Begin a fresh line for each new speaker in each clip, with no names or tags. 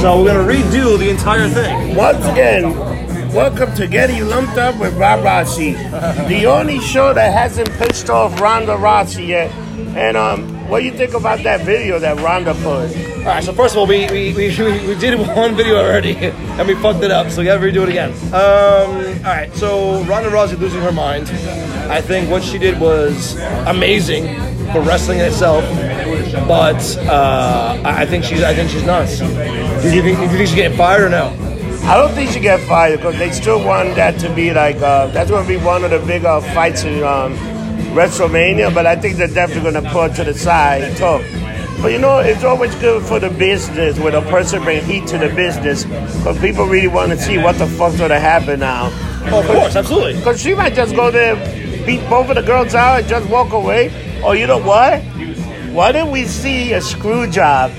So we're gonna redo the entire thing.
Once again, welcome to Getting Lumped Up with Rob Rossi, the only show that hasn't pissed off Ronda Rossi yet. And um, what do you think about that video that Ronda put?
All right. So first of all, we we, we, we, we did one video already, and we fucked it up. So we gotta redo it again. Um. All right. So Ronda Rousey losing her mind. I think what she did was amazing for wrestling in itself, but uh, I I think she's I think she's nuts. Do you think, do you think she's getting fired or no?
I don't think she got fired because they still want that to be like uh, that's going to be one of the big uh, fights in um, WrestleMania. But I think they're definitely going to put it to the side and talk. But you know, it's always good for the business when a person brings heat to the business because people really want to see what the fuck's going to happen now.
Oh, of course, absolutely.
Because she might just go there, beat both of the girls out, and just walk away. Or you know what? Why didn't we see a screw job?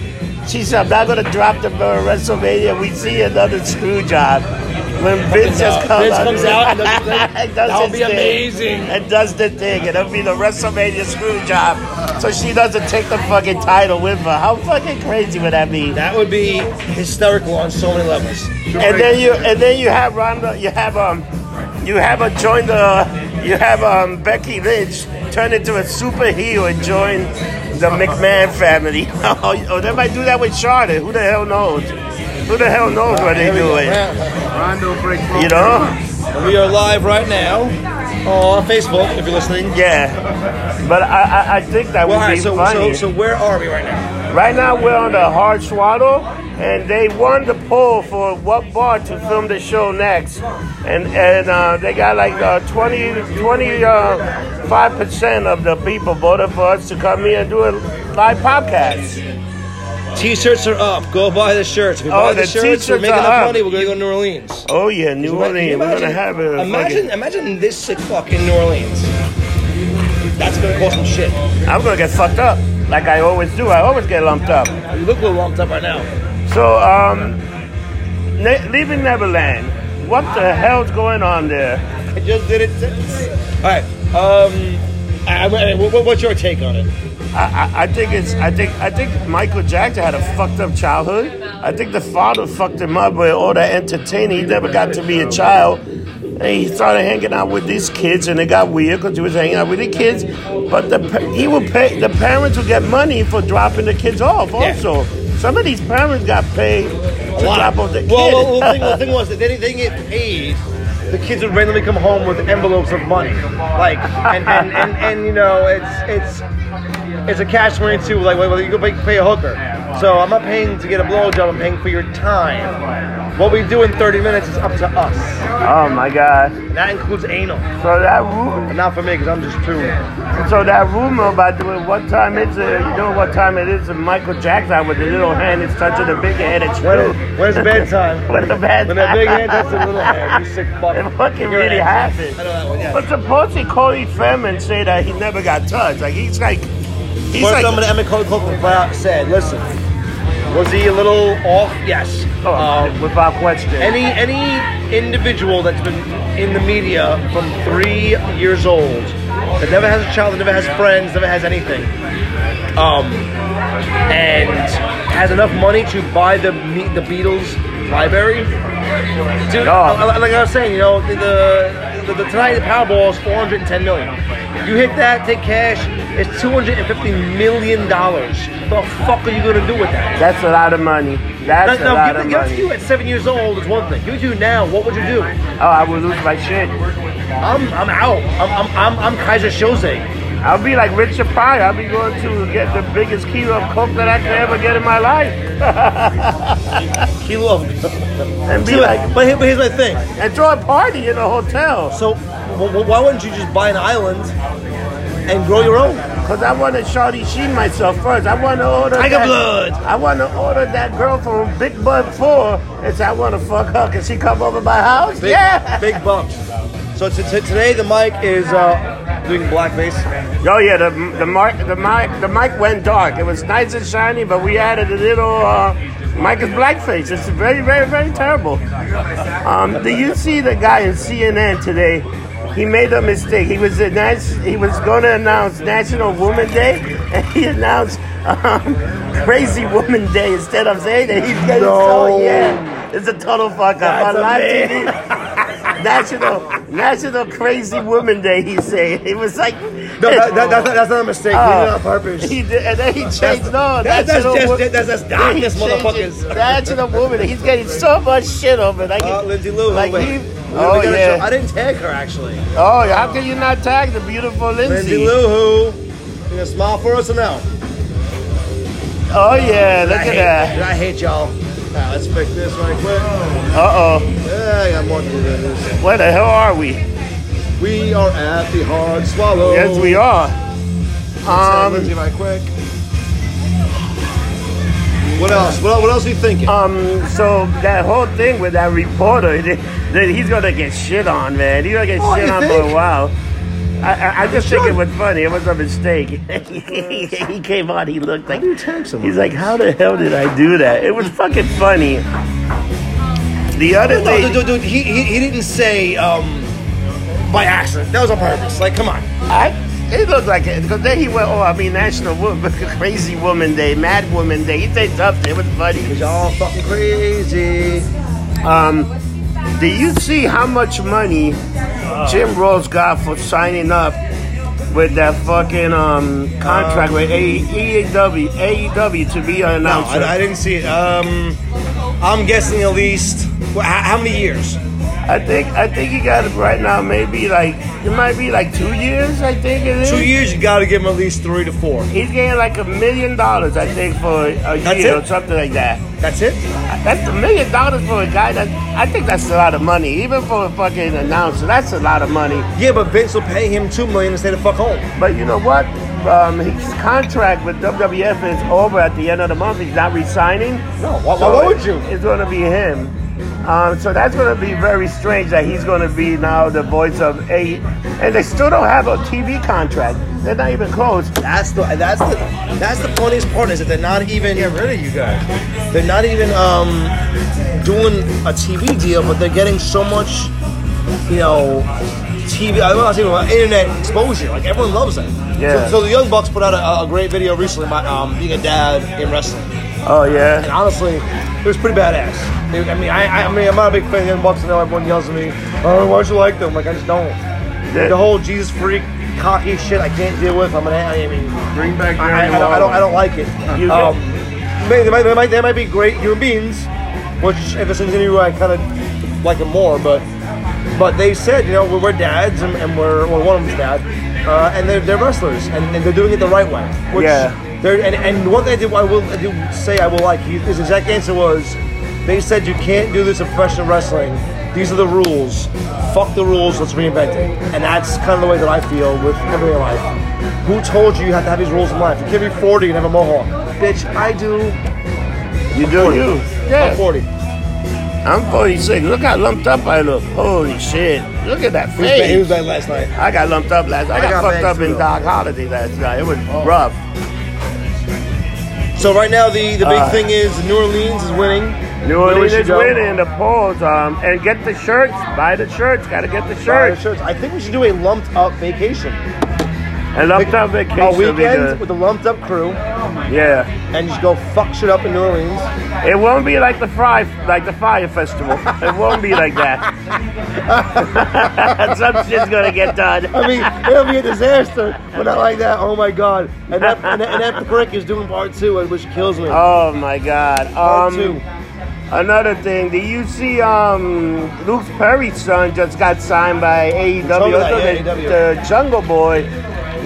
She said, I'm not going to drop the uh, WrestleMania. We see another screw job. When Vince just comes
Vince comes out and does his thing.
and does
That'll
his
be
thing.
amazing.
And does the thing. It'll be the WrestleMania screw job. So she doesn't take the fucking title with her. How fucking crazy would that be?
That would be hysterical on so many levels.
and then you and then you have Ronda, you have um, you have a join the, you have um Becky Lynch turn into a super heel and join the McMahon family. or they might do that with Charlotte. Who the hell knows? Who the hell knows what they
There we go.
do it?
Rondo break.
You know?
We are live right now on Facebook if you're listening.
Yeah. But I I, I think that
Well, all
would
right,
be
so, so,
funny.
so where are we right now?
Right now we're on the hard swaddle, and they won the poll for what bar to film the show next, and and uh, they got like uh, 20 25 percent of the people voted for us to come here and do a live podcast.
T-shirts are up. Go buy the shirts. If you
Oh,
buy the,
the
shirts, we're
t-shirts
making
are
enough
up.
money. We're gonna go to New Orleans.
Oh yeah, New
Can you
Orleans, we're gonna
imagine-
have it.
Imagine, imagine this sick fuck in New Orleans. That's gonna cost some shit.
I'm gonna get fucked up like I always do. I always get lumped up.
You look a little lumped up right now.
So um, ne- leaving Neverland. What the hell's going on there?
I just did it. All right. Um, I, I- I- what- what's your take on it?
I, I- I think it's I think I think Michael Jackson had a fucked up childhood. I think the father fucked him up with all that entertaining. He never got to be a child, and he started hanging out with these kids, and it got weird because he was hanging out with the kids. But the pa- he would pay the parents would get money for dropping the kids off.
Yeah.
Also, some of these parents got paid to drop off the kids.
Well, well, well, the, thing, the thing was that they didn't, they didn't get paid. The kids would randomly come home with envelopes of money, like, and and, and, and you know, it's it's it's a cash money too. Like, well, you go pay, pay a hooker. So I'm not paying to get a blowjob. I'm paying for your time. What we do in 30 minutes is up to us.
oh my god!
And that includes anal,
So that ru-
but not for me because I'm just too.
so that rumor about doing what time it's uh, you know what time it is, and Michael Jackson with the little hand is touching the big head. It's
When is, when is bedtime?
When the bad
When that big hand touches the little hand, you sick fuck.
It fucking
You're an
really
ass.
happened.
I know that one. Yeah.
But supposedly Cody Femin say that he never got touched. Like he's like he's
First,
like
I'm gonna Emmett Cole Copeland flat out said, "Listen, was he a little off? Yes.
oh,
Um,
without question.
any any individual that's been in the media from three years old that never has a child, that never has friends, never has anything, um, and has enough money to buy the me- the Beatles library, dude.
Oh.
li- Like I was saying, you know, the the, the, the tonight the Powerball is 410 million. You hit that, take cash. It's 250 million dollars. The fuck are you gonna do with that?
That's a lot of money. That's
now, now
a lot
give,
of
it, give it to you
money.
at seven years old is one thing. Give it to you now, what would you do?
Oh, I would lose my shit.
I'm I'm out. I'm I'm I'm, I'm Kaiser Soze.
I'll be like Richard Pryor. I'll be going to get the biggest kilo of coke that I could ever get in my life,
Kilo of.
and be
See,
like
but, but here- but here's my thing.
and throw a party in a hotel.
So wh- wh- why wouldn't you just buy an island and grow your own?
Cause I want to shawty sheen myself first. I want to order.
Tiger
that-
blood.
I want to order that girl from Big Bud Four, and say I want to fuck her. Can she come over my house?
Big,
yeah.
Big bumps. So t- t- today the mic is uh, doing blackface.
Oh yeah, the the mic the mic the mic went dark. It was nice and shiny, but we added a little uh, mic is blackface. It's very very very terrible. Um, do you see the guy in CNN today? He made a mistake. He was announced, he was going to announce National Woman Day, and he announced um, Crazy Woman Day instead of saying that he's getting
No.
so yeah. It's a total fuck up.
That's
On live
amazing.
TV, National National Crazy Woman Day he said. It was like Oh.
No, that, that, that's, not, that's not a mistake. Ah. he did it on purpose.
He did, and then he changed no.
That- that's
National
just-
Wo-
that's just darkness,
he changed
motherfuckers.
it. National Woman Day. He's getting so much shit over. Like,
Uh, Lindsay Lou.
Like
oh, wait.
he-
We
oh
gotta
yeah.
show- I didn't tag her actually.
Oh, how can you not tag the beautiful Lindsay?
Lindsay Lou, who you gonna smile for us or no?
Oh yeah,
I
look at
hate,
that.
I hate y'all. Alright, let's fix this right quick.
Uh oh,
Yeah, I got more to do than this.
where the hell are we?
We are at the Hard Swallow.
Yes, we are.
Let's tag
Um,
Lindsay right quick. What else? What, what else are you thinking?
um, so that whole thing with that reporter, th- th- he's gonna get shit on, man. He's gonna get
Oh,
shit
you
on for
think?
a while. I, I, I just think it
should.
was funny. It was a mistake. he came on. He looked like
do you tag someone?
He's like, how the hell did I do that? It was fucking funny. The other
No,
thing,
dude, dude, dude, he, he, he didn't say um, by accident. That was on purpose. Like, come on.
I, it looked like it because then he went, oh, I mean, National Woman, Crazy Woman Day, Mad Woman Day. He said something. It was funny.
Y'all fucking crazy.
Um, do you see how much money Jim Rose got for signing up with that fucking um contract with E AEW, AEW to be an
No,
announcer?
I, I didn't see it. Um, I'm guessing at least wh- how, how many years?
I think I think he got it right now. Maybe like it might be like two years. I think it is.
Two years. You got to give him at least three to four.
He's getting like a million dollars, I think, for a
That's
year
it?
or something like that.
That's it.
That's a million dollars for a guy that I think that's a lot of money, even for a fucking announcer. That's a lot of money.
Yeah, but Vince will pay him two million to stay the fuck home.
But you know what? Um, his contract with WWF is over at the end of the month. He's not resigning.
No, why- why would you?
It's going to be him. Um, so that's going to be very strange that he's going to be now the voice of eight, and they still don't have a TV contract. They're not even close.
That's the that's the that's the funniest part is that they're not even get rid of you guys. They're not even um doing a TV deal, but they're getting so much, you know, TV. I don't know, TV, but internet exposure. Like everyone loves that.
Yeah.
So, so the Young Bucks put out a, a great video recently about um, being a dad in wrestling,
Oh yeah.
and honestly, it was pretty badass. It- I mean, I, I I mean, I'm not a big fan of Young Bucks. I know everyone yells at me, "Oh, why do you like them?" Like I just don't.
Yeah.
The whole Jesus freak, cocky shit, I can't deal with. I'm an. I mean.
Bring back
I, I, don't, I don't. I don't like it.
You
Um, may- they, might, they, might, they might be great human beings, which if it's new, I kind of like them more. But but they said, you know, we're, we're dads, and, and we're well, one of them's dad, uh, and they're, they're wrestlers, and, and they're doing it the right way. Which
Yeah.
They're, and, and one thing I did, I will I do say I will like he- his exact answer was, they said you can't do this in professional wrestling. These are the rules. Fuck the rules. Let's reinvent it. And that's kind of the way that I feel with everything in life. Who told you you have to have these rules in life? You can't be 40 and have a mohawk, bitch. I do.
You do you.
I'm 40. Who's
I'm 46. Look how lumped up I look. Holy shit. Look at that
that-
face.
who's that last night?
I got lumped up last night. I,
I got
got, fucked
bags
up in
too.
Doc Holiday last night. It was rough.
So right now the the big
Uh.
thing is New Orleans is winning.
New
Winning
Orleans is
show.
winning the polls. Um, and get the shirts. Buy the shirts. Gotta get the
Sorry,
shirts.
shirts. I think we should do a lumped up vacation.
And lumped up vacation.
A
would be
weekend
good.
with a lumped up crew
Yeah.
and just go fuck shit up in New Orleans.
It won't be like the fry, like the fire festival. it won't be like that. Some shit's gonna get done.
I mean, it'll be a disaster, but not like that. Oh my god. And that, and that, and that prick is doing part two, which kills me.
Oh my God.
part
Um,
two.
Another thing, do you see um Luke Perry's son just got signed by E AEW,
Told me that,
Also,
yeah,
the,
AEW.
the Jungle Boy.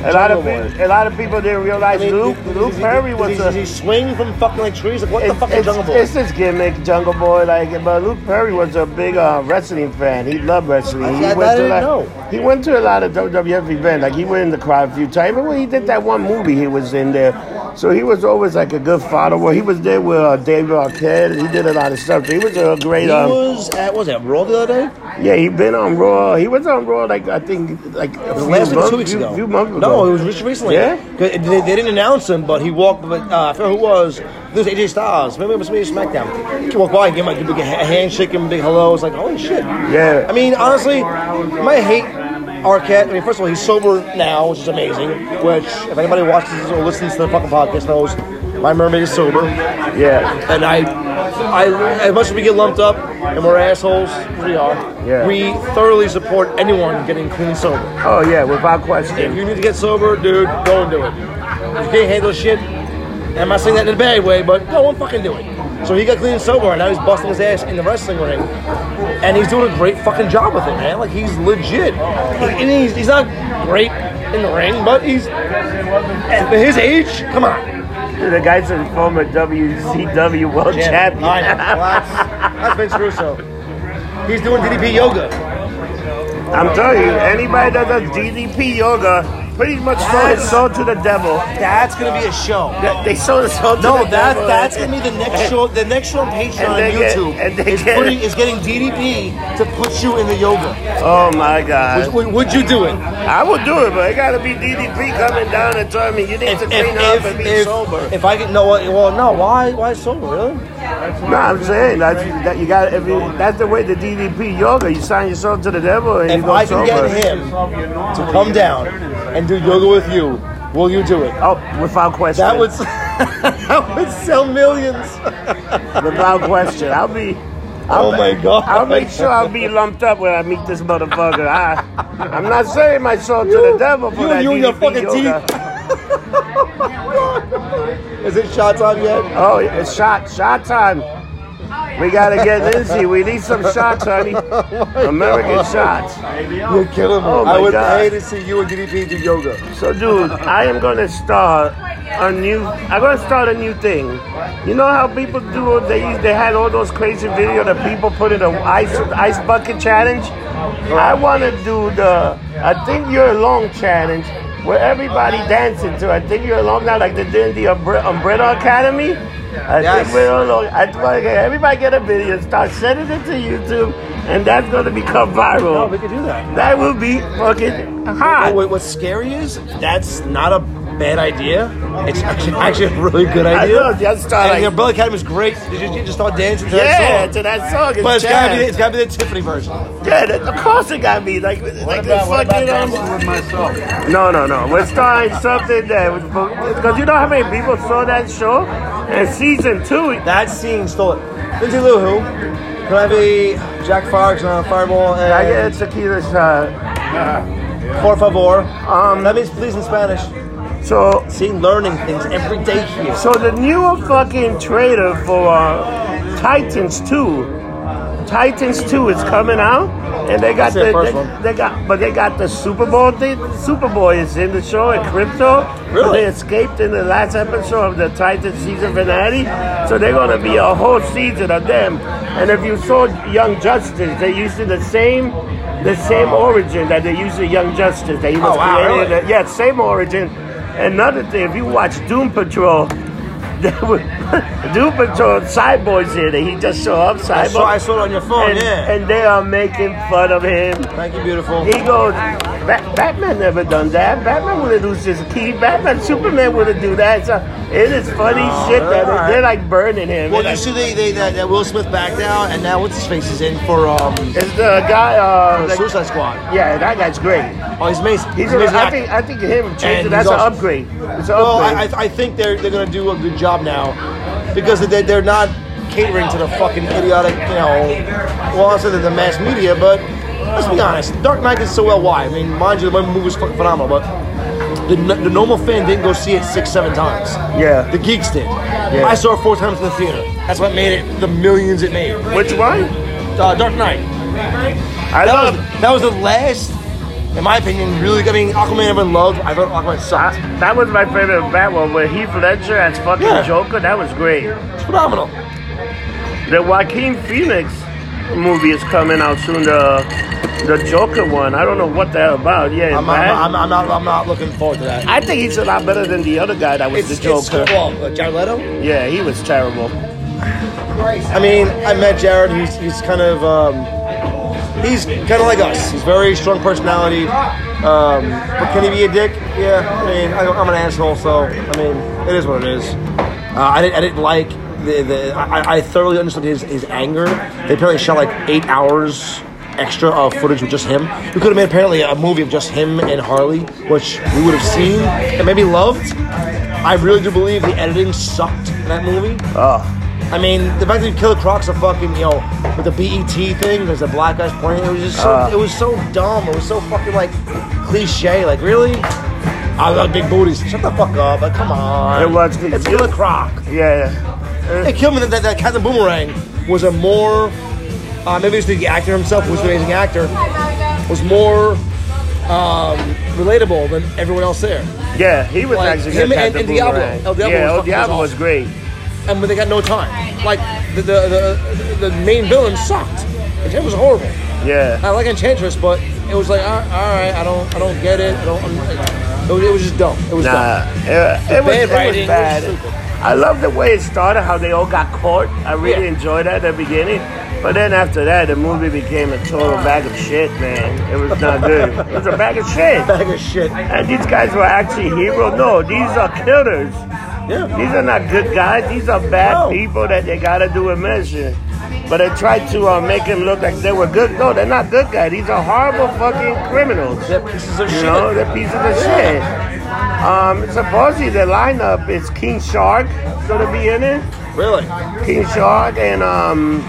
a lot of
Jungle Boy.
people, a lot of people didn't realize Luke
did- did-
Luke
did-
Perry
did-
was
did,
a
did he swing from fucking like trees? Like what the
it's-
fuck is
it's,
Jungle Boy?
it's his gimmick, Jungle Boy. Like, but Luke Perry was a big uh, wrestling fan. He loved wrestling.
I-
he
I- I
to
didn't
like,
know.
He went to a lot of WWF events. Like, he went in the crowd a few times. Remember when he did that one movie, he was in there. So he was always like a good follower. He was there with uh, David Arquette. He did a lot of stuff. He was a great.
he
Um,
was at what was that Raw the other day?
yeah, he been on Raw. He was on Raw like I think like a few
Last week,
months,
two weeks
few,
ago.
few months ago.
No, it was just recently.
Yeah?
'Cause They, they didn't announce him, but he walked. But uh, I forget who it was. This was AJ Styles. Maybe it was me SmackDown. He walked by and gave him like, a big ha- handshake and a big hello. It's like holy shit.
Yeah.
I mean, honestly, my hate Arquette. I mean, first of all, he's sober now, which is amazing. Which, if anybody watches or listens to the fucking podcast, knows My mermaid is sober,
Yeah.
and I, I as much as we get lumped up and we're assholes, we are.
Yeah.
We thoroughly support anyone getting clean sober.
Oh yeah, without
If
question.
you need to get sober, dude, go and do it. If you can't handle shit, I'm not saying that in a bad way, but go and fucking do it. So he got clean and sober, and now he's busting his ass in the wrestling ring, and he's doing a great fucking job with it, man. Like he's legit. Like, and he's, he's not great in the ring, but he's at his age. Come on.
The guy's a former WCW world champion.
I know. Well, that's, that's Vince Russo. He's doing DDP yoga.
I'm telling you, anybody that does DDP yoga pretty much sold his soul to the devil.
That's gonna be a show.
They- They sold his soul to
No,
the
that
devil.
that's gonna be the next show. The next show on Patreon
they
on
get-
YouTube
and they
is
get-
putting is getting DDP to put you in the yoga.
Oh my God!
Would, would you do it?
I would do it, but it gotta be DDP coming down and telling me you need to clean up and be sober.
if I get no, well, no. Why? Why sober? Really?
No, I'm saying that's that you got. If you, that's the way the DDP yoga. You sign yourself to the devil and you
If
go
I
sober.
can get him to come down and do yoga with you, will you do it?
Oh, without question.
That would s- that would sell millions.
without question. I'll be. I'll
Oh my God.
I'll make sure I'll be lumped up when I meet this motherfucker. I, I'm not saying my soul to the devil for
you,
that
you and your
DDP
fucking
yoga.
teeth. Is it shot time yet?
Oh, it's shot shot time. We gotta get Lindsay. We need some shots, honey. American shots.
You're killing me.
Oh my
Oh, I would
God.
pay to see you and DDP do yoga.
So, dude, I am gonna start a new. I'm gonna start a new thing. You know how people do? They used- they had all those crazy videos that people put in the ice ice bucket challenge. I want to do the I think you're alone challenge, where everybody dancing to. I think you're alone now, like they did in the Umbre- Umbrella Academy. I
Yes.
think we're alone. I want to everybody get a video, start sending it to YouTube, and that's gonna become
Oh,
viral.
could do that.
That will be fucking hot.
Oh, wait, what's scary is that's not a bad idea. It's actually, actually a really good
I
idea.
know, just start
and
like,
the Umbrella Academy is great. You just, you just start dancing to
Yeah,
that song.
to that song. It's
But it's gotta, be,
jazz.
it's gotta be the Tiffany version.
Yeah, that, of course it gotta be. Like, like the fucking. um,
with myself.
no, no, no. We're starting something that. Because you know how many people saw that show? And season two.
That scene stole it. Lindsay Lou Who, Clevy, Jack Fox on Fireball, uh,
I
and
get a tequila shot.
Por Favor.
Um,
that means please in Spanish.
So,
See, learning things every day here.
so the newer fucking trailer for uh, Titans 2. Titans 2 is coming out, and they got
That's it,
the
first
they-
one.
they, got but they got the Super Bowl thing. Superboy is in the show in crypto.
Really?
They escaped in the last episode of the Titans season finale, so they're gonna be a whole season of them. And if you saw Young Justice, they used to the same the same origin that they used in Young Justice. That he was
Oh, wow,
created.
really?
in the- yeah, same origin. Another thing, if you watch Doom Patrol. that was- Doom Patrol, Cyborg's here. That he just showed up. Cyborg
I saw, I saw it on your phone,
and,
yeah.
and they are making fun of him.
Thank you, beautiful.
He goes, "Ba- Batman never done that. Batman wouldn't lose his key. Batman, Superman wouldn't do that. So it is funny
Oh,
shit that
alright.
they're like burning him.
Well,
They're
you
like-
see, they, they that, that Will Smith backed out, and now what's his face is in for um
it's the guy. Uh,
for
the-
Suicide Squad.
yeah, that guy's great.
Oh, he's amazing.
He's
He's
a,
amazing.
I
actor.
think I think him changing.
he's
That's an
awesome.
upgrade. It's an
Well, I,
upgrade.
I, I think they're they're gonna do a good job now because they're, they're not catering to the fucking idiotic, you know. Well, I said that the mass media, but let's be honest, Dark Knight is so well. Why? I mean, mind you, the movie was fucking phenomenal, but the, n- the normal fan didn't go see it six, seven times.
Yeah.
the geeks did. I saw it four times in the theater. That's what made it the millions it made.
Which one?
Uh, Dark Knight.
I
That
love.
was that was the last, in my opinion, really. I mean, Aquaman ever loved. I thought Aquaman
I,
sucked.
that was my favorite Batman with Heath Ledger as fucking
Yeah.
Joker. That was great.
It's phenomenal.
The Joaquin Phoenix movie is coming out soon. The the Joker one. I don't know what the hell about. Yeah,
I'm,
man.
I'm, I'm, I'm not. I'm not looking forward to that.
I think he's a lot better than the other guy that was the Joker.
well, uh, Jared Leto.
yeah, he was terrible.
I mean, I met Jared. He's he's kind of um, he's kind of like us. He's very strong personality. Um, but can he be a dick? Yeah. I mean, I, I'm an asshole, so I mean, it is what it is. Uh, I didn't. I didn't like the. the I, I thoroughly understood his his anger. They apparently shot like eight hours. Extra of footage with just him. We could have made apparently a movie of just him and Harley, which we would have seen and maybe loved. I really do believe the editing sucked in that movie.
Oh,
I mean, the fact that Killer Croc's a fucking, you know, with the BET thing, there's the black guys playing. It was just so,
Uh.
it was so dumb. It was so fucking like cliche. Like really, I love big booties. Shut the fuck up. Like come on.
It was-
It's Killer Croc.
yeah.
It killed me that, that, that Captain Boomerang was a more, uh, maybe it's the actor himself who was an amazing actor, was more um, relatable than everyone else there.
Yeah, he was
Like,
actually
him
good.
and-
Captain
and Diablo.
Boomerang.
El Diablo
yeah,
was
El
fucking
Diablo was
awesome.
great.
and but they got no time. Like the the, the, the main villain sucked. Enchantress was horrible.
Yeah,
I like Enchantress, but it was like all all right, I don't I don't get it. I don't. I'm, it, was, it was just dumb. It was
nah,
dumb.
it, it was,
bad
it
writing was
was bad.
stupid.
I love the way it started, how they all got caught. I really
Yeah.
enjoyed that at the beginning. But then after that, the movie became a total bag of shit, man. It was not good. It was a bag of shit.
Bag of shit.
And these guys were actually heroes. No, these are killers.
Yeah.
These are not good guys. These are bad
No.
people that they gotta do a mission. But they tried to uh, make them look like they were good. No, they're not good guys. These are horrible fucking criminals.
They're pieces of
You
shit.
know, they're pieces of shit. Um, supposedly the lineup is King Shark gonna be in it.
Really?
King Shark and um,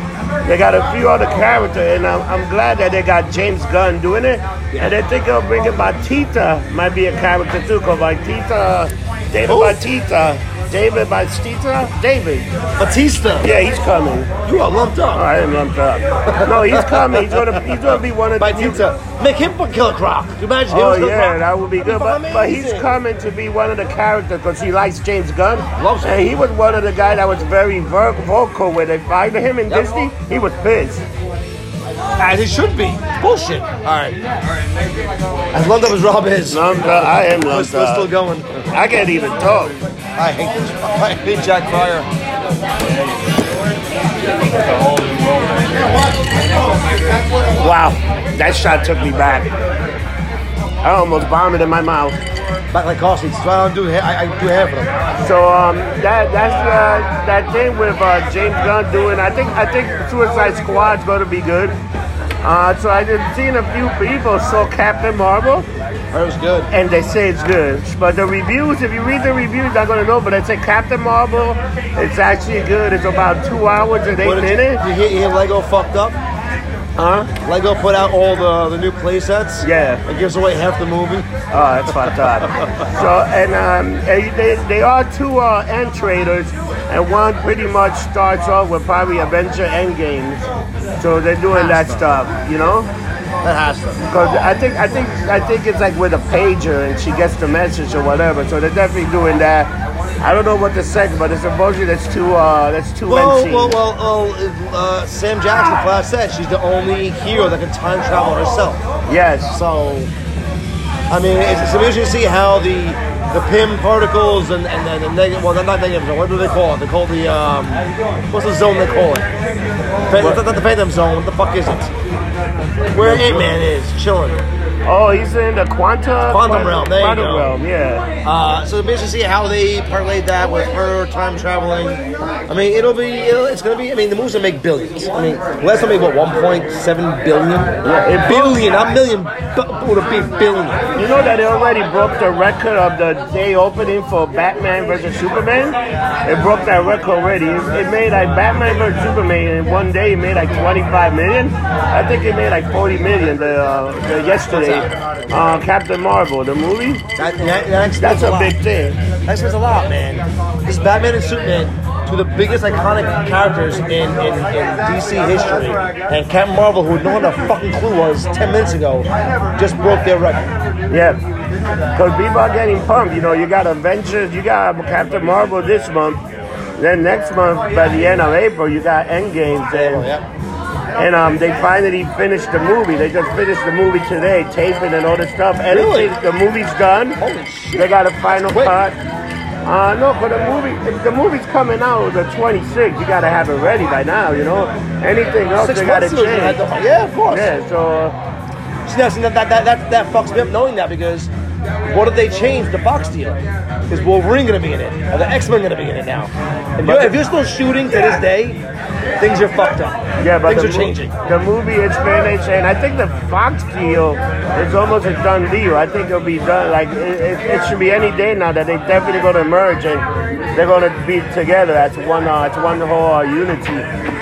they got a few other characters, and I'm, I'm glad that they got James Gunn doing it. And they think of bringing Batista might be a character too, cause Batista, David
Who?
Batista, David Batista, David.
Batista.
Yeah, he's coming.
You are lumped
Oh,
up.
I am lumped up. No, he's coming. He's gonna he's gonna be one of the new-
Batista. Make him for Killer Croc. Can you imagine him
Oh
as Killer
yeah,
Croc?
that would be good. But, but he's
Amazing.
coming to be one of the characters because he likes James Gunn.
Loves him.
and he was one of the guys that was very ver- vocal when they fired him in
Yep.
Disney. He was pissed.
As he should be. Bullshit. All right. As lumped up as Rob is,
Lumped up. I am
we're, we're
lumped
still
up.
going.
I can't even talk.
I hate this. I hate Jack Pryor.
Wow, that shot took me back. I almost vomited in my mouth.
Back like Cosby. That's why I don't do hair. I, I do hair for them.
So um, that that's uh, that thing with uh, James Gunn doing. I think I think Suicide Squad's going to be good. Uh, so I've seen a few people saw Captain Marvel.
It was good.
and they say it's good. But the reviews, if you read the reviews, not gonna know. But they say Captain Marvel, it's actually good. It's about two hours and eight
What did
minutes.
you, you hear, you hear Lego fucked up?
Huh?
Lego put out all the, the new play sets.
Yeah.
It gives away half the movie.
Oh, that's fucked up. So and um, and they they are two uh, end traders, and one pretty much starts off with probably Avenger Endgame. So they're doing that stuff, you know.
That has to.
Because I think I think I think it's like with a pager and she gets the message or whatever. So they're definitely doing that. I don't know what the second, but it's supposedly that's two uh that's two end
Well,
scenes.
well, well, well uh, Sam Jackson flat said she's the only hero that can time travel herself.
Yes.
So, I mean, it's, it's amazing to see how the the PIM particles and and the, the negative. Well, not negative zone. What do they call it? They call the um. What's the zone they call it? Phan- not, not the Phantom Zone. What the fuck is it? Where Ant Man is chilling.
Oh, he's in the quanta
Quantum realm, there you
quantum
go.
realm. Yeah.
Uh, so basically, see how they parlayed that with her time traveling. I mean, it'll be, it'll, it's gonna be. I mean, the movies will make billions. I mean, last time made what 1.7 billion. Yeah, a billion, not million, but would it be billion?
You know that they already broke the record of the day opening for Batman versus Superman. It broke that record already. It, it made like Batman versus Superman in one day. It made like 25 million. I think it made like 40 million the, uh, the yesterday. Uh, Captain Marvel, the movie.
That, that, that explains
That's a
lot.
big thing.
That explains a lot, man. This Batman and Superman, two of the biggest iconic characters in, in, in DC history, and Captain Marvel, who no one a fucking clue was 10 minutes ago, just broke their record.
Yeah. Because people are getting pumped. You know, you got Avengers, you got Captain Marvel this month. Then next month, by the end of April, you got Endgames. And,
Yeah.
and um, they finally finished the movie. They just finished the movie today, taping and all this stuff. And
Really?
the movie's done.
Holy shit.
They got a final
Quick.
cut. Uh, no, but the movie, if the movie's coming out the 26th, you gotta have it ready by now, you know? Anything else,
Six
they gotta
months ago, you had
change.
the- yeah, of course.
Yeah, so. uh,
See, that's, that, that, that, that fucks me up knowing that because What if they change the Fox deal? Is Wolverine going to be in it? Are the X Men going to be in it now? If you're, if you're still shooting to this day, things are fucked up.
Yeah, but
things
the
are
mo-
changing.
The movie is finished, and I think the Fox deal is almost a done deal. I think it'll be done. Like it, it, it should be any day now that they definitely going to merge and they're going to be together as one, uh, as one whole uh, unity.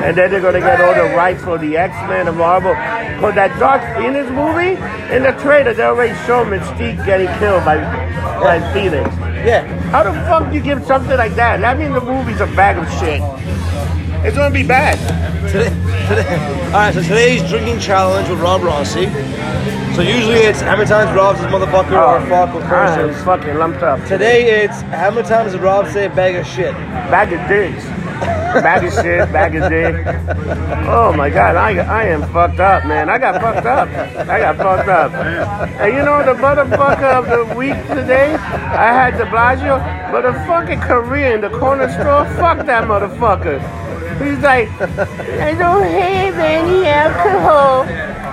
And then they're going to get all the rights for the X Men and Marvel. Cause that Dark Phoenix movie in the trailer, they already show Mystique getting killed by by Phoenix.
Yeah,
How the fuck you give something like that? That means the movie's a bag of shit. It's gonna be bad.
today, today. All right, so today's drinking challenge with Rob Rossi. So usually it's how many times Rob's this motherfucker
Oh,
or fuck with
I am
person.
fucking lumped up.
Today it's how many times did Rob say bag of shit?
Bag of dicks. Bag of shit, bag of dick. Oh my god, I, I am fucked up, man. I got fucked up. I got fucked up. And you know the motherfucker of the week today? I had the Blasio, but the fucking Korean in the corner store, fuck that motherfucker. He's like, I don't have any alcohol.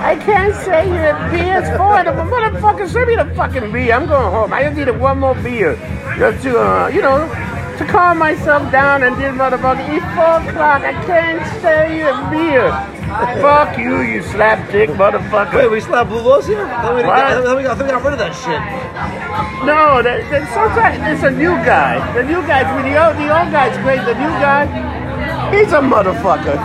I can't say your beer's for it. But motherfucker, send me the fucking beer. I'm going home. I just needed one more beer. Just to, uh, you know, to calm myself down and this motherfucker it's four o'clock. I can't sell you a beer. Fuck you, you slapdick
Wait,
motherfucker.
we slapped Blue Balls here? I thought we,
What?
I thought we, got, I thought we got rid of that shit.
No, that, that sometimes it's a new guy. The new guy's with the old. The old guy's great. The new guy, he's a motherfucker.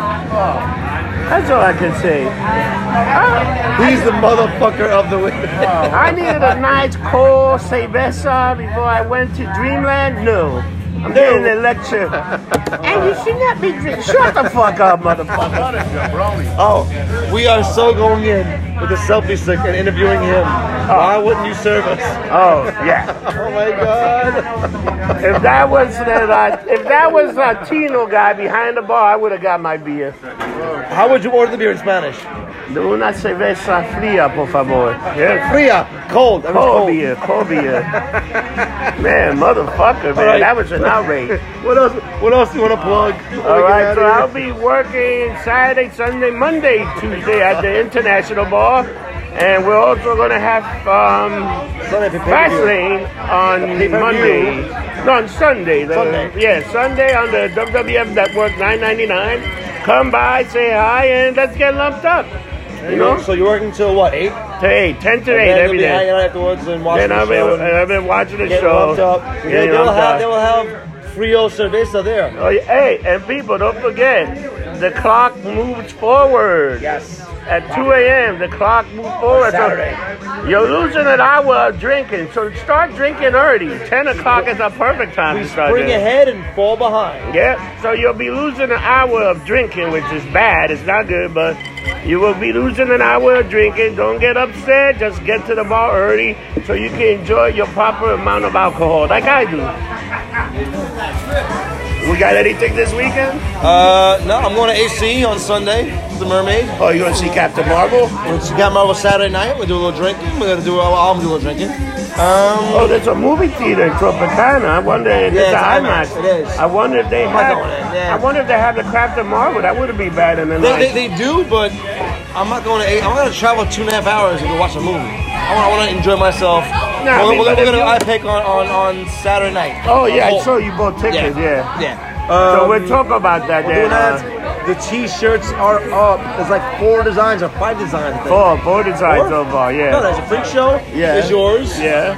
That's all I can say. I-
He's the motherfucker of the week.
I needed a nice cold cerveza before I went to Dreamland. No. I'm getting a lecture. and you should not be drinking. Shut the fuck up, motherfucker.
Oh, we are so going in with the selfie stick and interviewing him. Why wouldn't you serve us?
Oh, yeah.
Oh my god.
If that was that, uh, if that was Latino guy behind the bar, I would have got my beer.
How would you order the beer in Spanish?
Una cerveza fría, por favor. Yes.
Fria, cold. I mean,
Cold beer, cold beer. Man, motherfucker, man,
right.
that was an outrage.
What else? What else do you want to plug? before
All
we get
right,
out
so
of
I'll
here?
be working Saturday, Sunday, Monday, Tuesday at the International Bar, and we're also gonna have um,
Sunday, if you pay the bill.
Fastlane on
Pay-per-view.
Monday. No, on Sunday. The,
Sunday.
Yeah, Sunday on the WWF Network, nine ninety nine. Come by, say hi, and let's get lumped up. You know,
So you're working till what? Eight.
to eight, ten to
And
eight
then
every
you'll be hanging
day.
out afterwards and watching
Then
the
I've been,
show. and
I've been watching the
getting
uh, show.
lumped up.
getting
They- they'll
lumped
have.
up.
They will have frio cerveza there.
Oh, yeah. Hey, and people, don't forget, the clock moves forward.
Yes.
At 2 a.m., the clock moves forward.
Saturday.
So you're losing an hour of drinking, so start drinking early. 10 o'clock is a perfect time
We
to start
spring
drinking.
ahead and fall behind.
Yeah, so you'll be losing an hour of drinking, which is bad. It's not good, but you will be losing an hour of drinking. Don't get upset. Just get to the bar early so you can enjoy your proper amount of alcohol, like I do. We got anything this weekend?
Uh, no, I'm going to AC on Sunday. The Mermaid.
Oh, you gonna see Captain Marvel?
It's got Marvel Saturday night. We do a little drinking. We're gonna do. Well, I'm gonna do a little drinking. Um,
Oh, there's a movie theater in Tropicana. I wonder if
Yeah,
it's
it's IMAX.
an IMAX.
It is.
I wonder if they
not
have.
going in, yeah.
I wonder if they have the Captain Marvel. That would be bad in the
they,
night.
they, they do, but I'm not going to. I'm not gonna travel two and a half hours to go watch a movie. I want, I want to enjoy myself.
Nah, I
we're,
mean,
we're,
but
we're
if
gonna
you-
I pick on, on on Saturday night.
oh yeah,
Oh,
I saw you both tickets. Yeah.
yeah.
So
Um,
we'll talk about that
doing
then.
ads.
Uh,
The T-shirts are up. There's like four designs or five designs. I think.
four, four designs
Four?
so far.
No,
Yeah.
there's a freak show.
Yeah.
Is yours.
Yeah.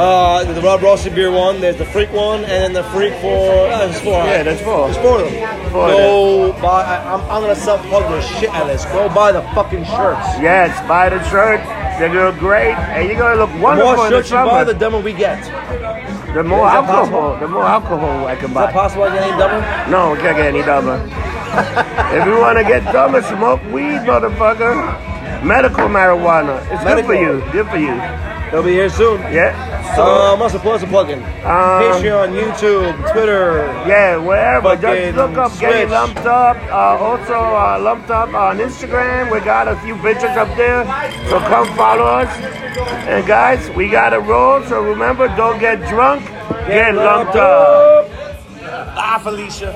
Uh, the Rob Rossi beer one. There's the freak one, and then the freak for. Uh, there's four.
Yeah, there's four.
There's four of them.
Four of
Go buy. I, I'm, I'm gonna self plug the shit out of this. Go buy the fucking shirts.
Yes. Buy the shirt. They're gonna look great, and you're gonna look
The
wonderful
more
in the
shirts you buy,
summer.
the dumber we get. Is
the more
Is that
alcohol,
possible?
the more alcohol I can buy.
that possible? I get any dumber?
No, we can't get any dumber. if you want to get dumber, smoke weed, motherfucker. Medical marijuana. It's good for
Medical.
you. Good for you.
They'll be here soon.
Yeah. So,
Um, what's the plug? What's the plug-in? Patreon, YouTube, Twitter.
yeah, wherever.
fucking
Just look up Getting
switch.
Lumped Up. Uh, also, uh, Lumped Up on Instagram. We got a few pictures up there. So come follow us. And guys, we got a roll. So remember, don't get drunk. Get, lumped up.
Ah, Felicia.